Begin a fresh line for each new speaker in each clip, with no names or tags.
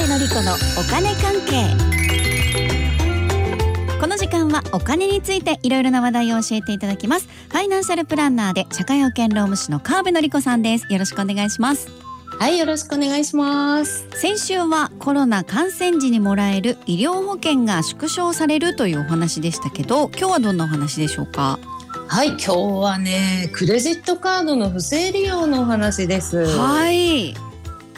お金関係この時間はお金についていろいろな話題を教えていただきますファイナンシャルプランナーで社会保険労務士の川辺紀子さんですよろしくお願いします
はい、よろしくお願いします。
先週はコロナ感染時にもらえる医療保険が縮小されるというお話でしたけど今日はどんなお話でしょうか
はい、今日はね、クレジットカードの不正利用のお話です。
はい
っ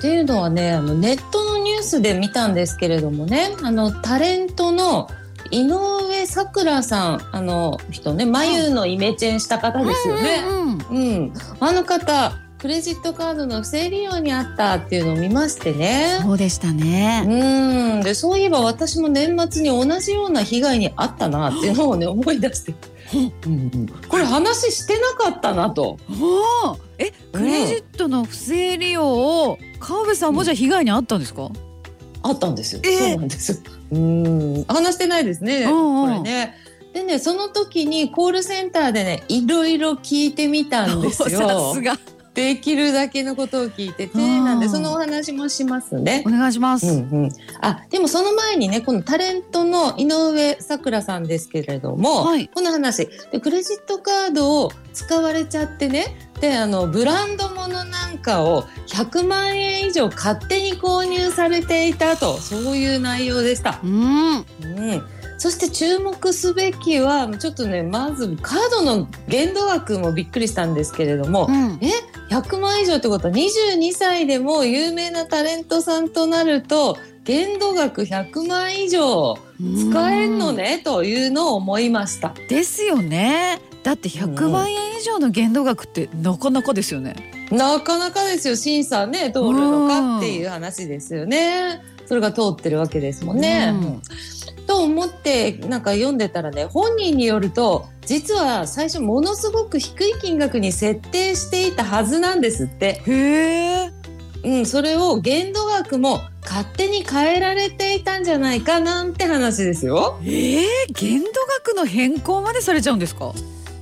ていうのはね、あのネットのニュースで見たんですけれどもね、あのタレントの井上咲楽さん、あの人ね、眉のイメチェンした方ですよね。
うんうん
うん、あの方、クレジットカードの不正利用にあったっていうのを見ましてね。
そうでしたね
うんでそういえば私も年末に同じような被害に遭ったなっていうのをね思い出 して、うんうんこれ話してなかったなと
おーえ
う
ク
ん
レジットの不正利用を川辺さんもじゃあ被害に遭ったんですか、
あったんですよ、
えー
そうなんですうん話してないですね、
うんうん
これねでねその時にコールセンターでねいろいろ聞いてみたんです
さ
よ
すが
できるだけのことを聞いてて
うん
なんでそのお話もしますね
お願いします、
うんうん、あでもその前にねこのタレントの井上咲楽さんですけれども、
はい
この話でクレジットカードを使われちゃってねであのブランド物なんかを100万円以上勝手に購入されていたとそういう内容でした。
うん
うんそして注目すべきはちょっとねまずカードの限度額もびっくりしたんですけれども、
うん
100万以上ってことは22歳でも有名なタレントさんとなると限度額100万以上使えんのねというのを思いました。
ですよねだって100万円以上の限度額ってなかなかですよね、
なかなかですよ審査ね通るのかっていう話ですよね。それが通ってるわけですもんね。
うん
と思ってなんか読んでたらね本人によると実は最初ものすごく低い金額に設定していたはずなんですって。
へえ
うん、それを限度額も勝手に変えられていたんじゃないかなんて話ですよ。
えー、限度額の変更までされちゃうんですか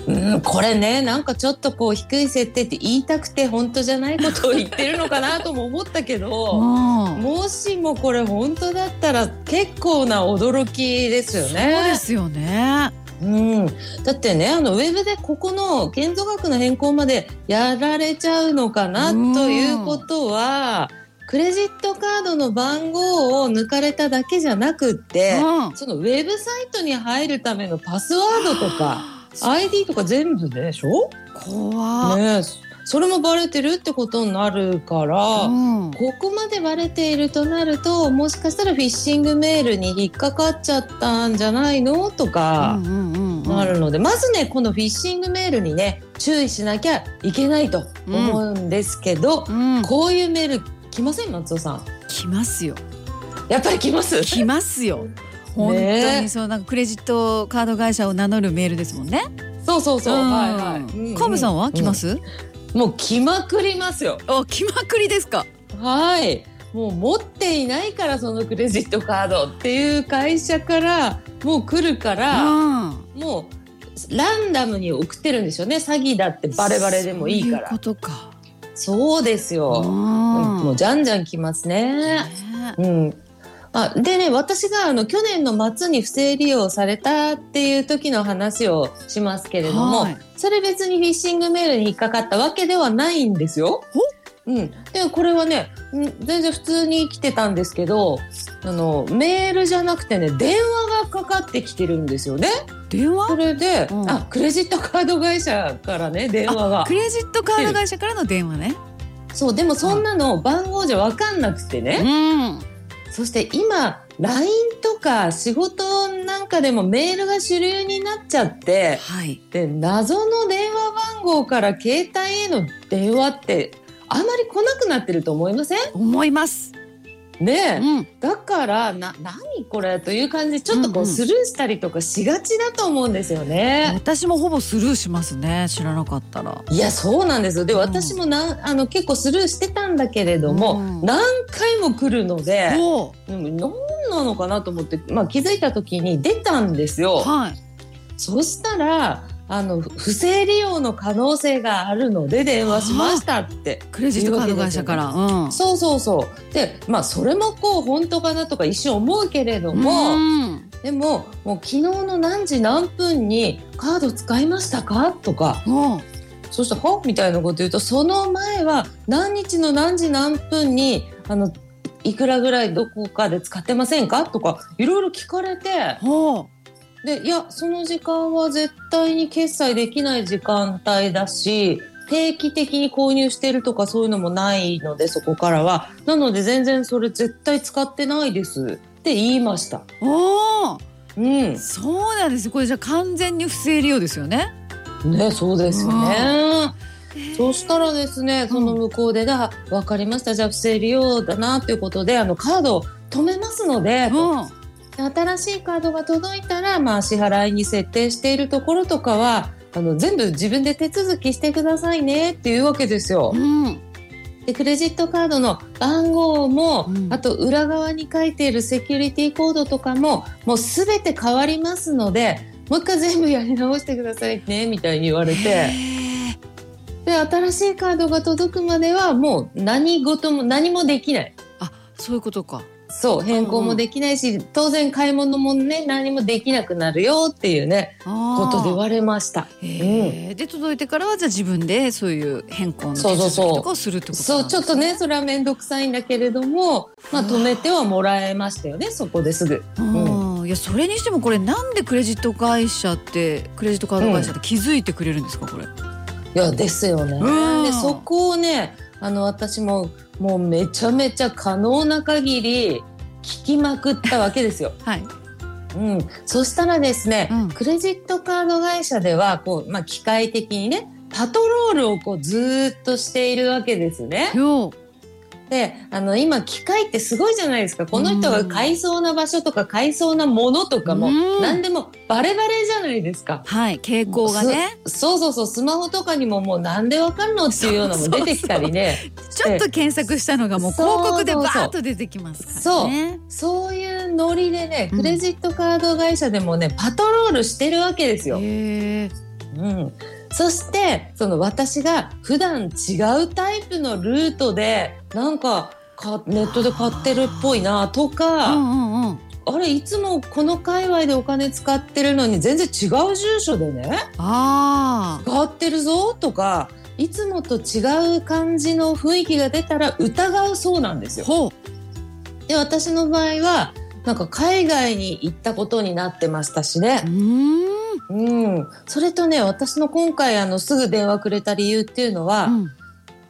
うん、これね、なんかちょっとこう低い設定って言いたくて本当じゃないことを言ってるのかなとも思ったけ ど、
あ
もしもこれ本当だったら結構な驚きですよ
そうで
ね。
すよね
うん、だってね、あのウェブでここの限度額の変更までやられちゃうのかな
うん
ということは、クレジットカードの番号を抜かれただけじゃなくって、
うん
そのウェブサイトに入るためのパスワードとか ID とか全部でしょ、
怖っ、
ねえ、それもバレてるってことになるから、
うん
ここまでバレているとなるともしかしたらフィッシングメールに引っかかっちゃったんじゃないのと
う
か
んうんうんうん
あるので、まずねこのフィッシングメールにね注意しなきゃいけないと思うんですけど、
うん
こういうメール来ません松尾さん。
来ますよ
やっぱり来ます
来ますよ。本当にそうなんかクレジットカード会社を名乗るメールですもんね。
そうそうそう。
ん
はいはいうんうん。
カムさんは来ま
う
す？
ん、もう来まくりますよ。
あ来まくりですか。
はい。もう持っていないからそのクレジットカードっていう会社からもう来るから、
うん。
もうランダムに送ってるんでしょうね詐欺だってバレバレでもいい
そ
か
うい
ら
うことか。
そうです
う
よ、うんも
ん
う。じゃんじゃん来ますね、うん、あでね私があの去年の末に不正利用されたっていう時の話をしますけれども、
はい
それ別にフィッシングメールに引っかかったわけではないんですよ。うん、でこれはねん全然普通に来てたんですけどあのメールじゃなくてね電話がかかってきてるんですよね。
電
そ
話？
れで、
うん
あクレジットカード会社からね電話が
ク。レジットカード会社からの電話ね。
そうでもそんなの番号じゃ分かんなくてね、
ん。
そして今 LINE とか仕事なんかでもメールが主流になっちゃって。
はい。
で謎の電話番号から携帯への電話ってあまり来なくなってると思いません
思います。う
ねえ
ん。
だからな何これという感じでちょっとこ
うんう
うんスルーしたりとかしがちだと思うんですよね。
私もほぼスルーしますね。知らなかったら。
いやそうなんですよで
うん
私もなあの結構スルーしてたんだけれども、
うん
何回も来るので
おう
でも何なのかなと思って、まあ、気づいた時に出たんですよ。
はい。
そしたらあの不正利用の可能性があるので電話しましたって
クレジットカード会社から。うん。
そうそうそうでまあそれもこう本当かなとか一瞬思うけれど
う
も、
ん
でももう昨日の何時何分にカード使いましたかとか
もう
そうしたら「はみたいなこと言うとその前は何日の何時何分にあのいくらぐらいどこかで使ってませんかとかいろいろ聞かれて
ほ
でいやその時間は絶対に決済できない時間帯だし定期的に購入してるとかそういうのもないのでそこからはなので全然それ絶対使ってないですって言いました。
う。おお。
うん
そうなんです。これじゃあ完全に不正利用ですよね。
ね、そうですよね。そしたらですね、
ん
その向こうでが、わかりました、じゃあ不正利用だなということで、あのカードを止めますので、
うん。
新しいカードが届いたら、まあ支払いに設定しているところとかは、あの全部自分で手続きしてくださいねっていうわけですよ。
うん。
でクレジットカードの番号も、
うん
あと裏側に書いているセキュリティコードとかももう全て変わりますのでもう一回全部やり直してくださいねみたいに言われてで新しいカードが届くまではもう何事も何もできない
そういうことか。
そう変更もできないし、当然買い物もね何もできなくなるよっていうねこ
あ
とで言われました。
ええで届いてからはじゃあ自分でそういう変更の手
そうそう
続
そう
きとかをするってこと
そうちょっとねそれは面倒くさいんだけれども、まあ、止めてはもらえましたよねそこですぐ。
と、うん、いやそれにしてもこれなんでクレジット会社ってクレジットカード会社って気づいてくれるんですかこれ。
いやですよね。
うん
でそこをねあの私ももうめちゃめちゃ可能な限り聞きまくったわけです よ。
はい。
うん、そしたらですね、
うん
クレジットカード会社ではこう、まあ、機械的にねパトロールをこうずーっとしているわけですね。
よ
であの今機械ってすごいじゃないですかこの人が買いそうな場所とか買いそうなものとかも
うん
何でもバレバレじゃないですか。
はい傾向がね
そうそうそうスマホとかにももう何でわかるのっていうよ うなのも出てきたりね
ちょっと検索したのがもう広告でバーッと出てきますからね。
そういうノリでね
うん
クレジットカード会社でもねパトロールしてるわけですよ。
へえ
うん、そしてその私が普段違うタイプのルートでなんかかネットで買ってるっぽいなと
う
か、
んうんうん。
あれいつもこの界隈でお金使ってるのに全然違う住所でね
あ
変わってるぞとかいつもと違う感じの雰囲気が出たら疑うそうなんです
あ
よ。
ほう。
で私の場合はなんか海外に行ったことになってましたしね
う。ーん。
うん、それとね私の今回あのすぐ電話くれた理由っていうのは、
うん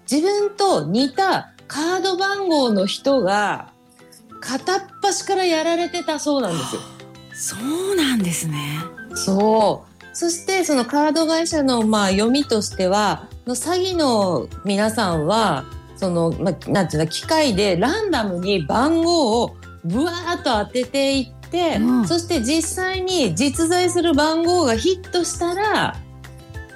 自分と似たカード番号の人が片っ端からやられてたそうなんですよ。
そうなんですね。
そうそしてそのカード会社のまあ読みとしてはの詐欺の皆さんはその、まあ、なんていうの機械でランダムに番号をぶわーっと当てていって、
うん
そして実際に実在する番号がヒットしたら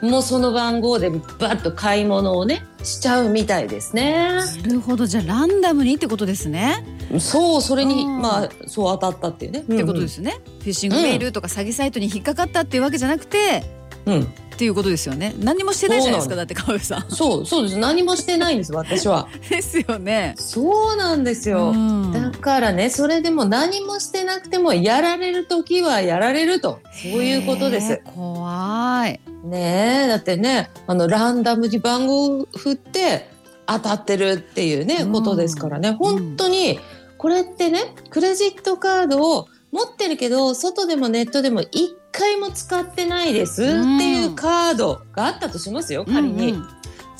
もうその番号でバッと買い物をねしちゃうみたいですね。
なるほどじゃあランダムにってことですね。
そうそれに、
うん
まあそう当たったっていうね。っ
ってことですね。フィッシングメールとか詐欺サイトに引っかかったっていうわけじゃなくて
うん、
っていうことですよね。何もしてないじゃないですか
そう
だって川上さん。
そうそうです何もしてないんです私は。
ですよね。
そうなんですよ。
うん
だからね、それでも何もしてなくても、やられる時はやられると、そういうことで
へ
す
ー。怖い。
ねえ、だってね、あの、ランダムに番号を振って、当たってるっていうね、
うん
ことですからね、本当に、これってね、クレジットカードを持ってるけど、外でもネットでも一回も使ってないですっていうカードがあったとしますよ、仮に。
うん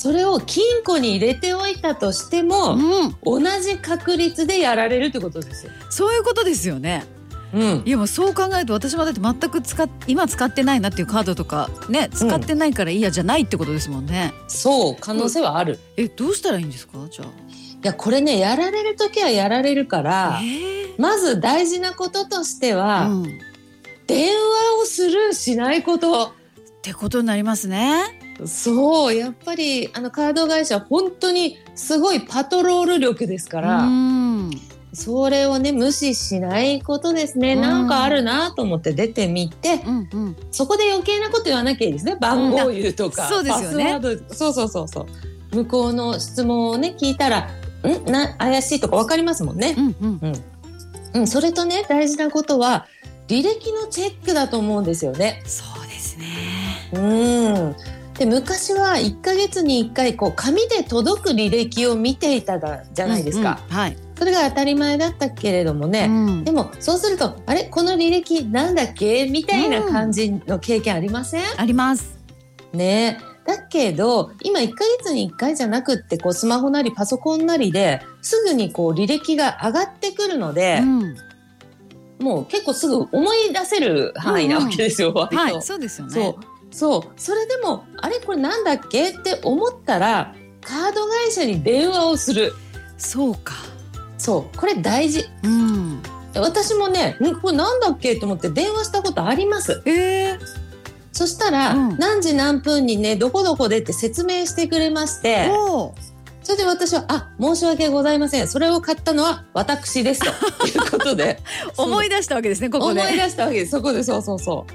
それを金庫に入れておいたとしても、
うんうん
同じ確率でやられるってことですよ。
そういうことですよね。
うん
いやもうそう考えると私もだって全く使っ今使ってないなっていうカードとかね使ってないからいいやじゃないってことですもんね。
そう可能性はある、
えどうしたらいいんですかじゃ
いやこれねやられる時はやられるか
あ。
ら
ええ
まず大事なこととしては、
うん。っ
電話をスルーしないこと
てことになりますね。
そうやっぱりあのカード会社は本当にすごいパトロール力ですから、
うん。
それをね無視しないことですね、
うん
なんかあるなと思って出てみて
うんうん、
そこで余計なこと言わなきゃいいですね番号を言うとか、
うんそうですよね
パスワードそうそうそうそう向こうの質問をね聞いたら「んな怪しい」とか分かりますもんね
う、んうん、
うん、それとね大事なことは履歴のチェックだと思うんですよね。
そうですね。
うん。で昔は1ヶ月に1回こう紙で届く履歴を見ていただじゃないですか、
うんうんはい。
それが当たり前だったけれどもね、
うん
でもそうするとあれこの履歴なんだっけみたいな感じの経験ありません、
あります。
ねえだけど今1ヶ月に1回じゃなくってこうスマホなりパソコンなりですぐにこう履歴が上がってくるので
う、ん
もう結構すぐ思い出せる範囲なわけですよ、割と
はい、そうですよね。
そうそうそれでもあれこれなんだっけって思ったらカード会社に電話をする
そうか。
そうこれ大事
うん。
私もねんこれなんだっけと思って電話したことあります
ええ
そしたら、
うん
何時何分にねどこどこでって説明してくれまして
おお。
それで私は「あ申し訳ございませんそれを買ったのは私です」 ということで
思い出したわけですね。ここ
思
で。
い出したわけですそこでそうそうそ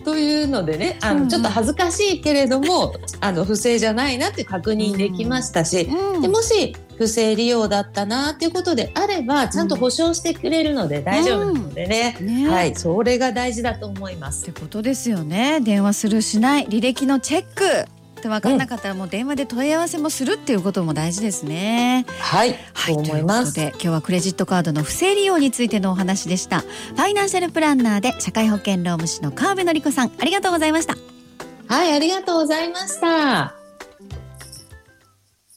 う。というのでねあの、
うんうん
ちょっと恥ずかしいけれどもあの不正じゃないなって確認できましたし、
うん
でもし不正利用だったなっていうことであればちゃんと保証してくれるので大丈夫なのでね、
ね、
は
はい。
いそれが大事だと思いま
っ
す。
てことですよね。電話するしない履歴のチェック。って分かんなかったらもう電話で問い合わせもするっていうことも大事ですね。
はい、
はい、
と思います
ということで今日はクレジットカードの不正利用についてのお話でした。ファイナンシャルプランナーで社会保険労務士の川辺典子さん、ありがとうございました。
はいありがとうございました。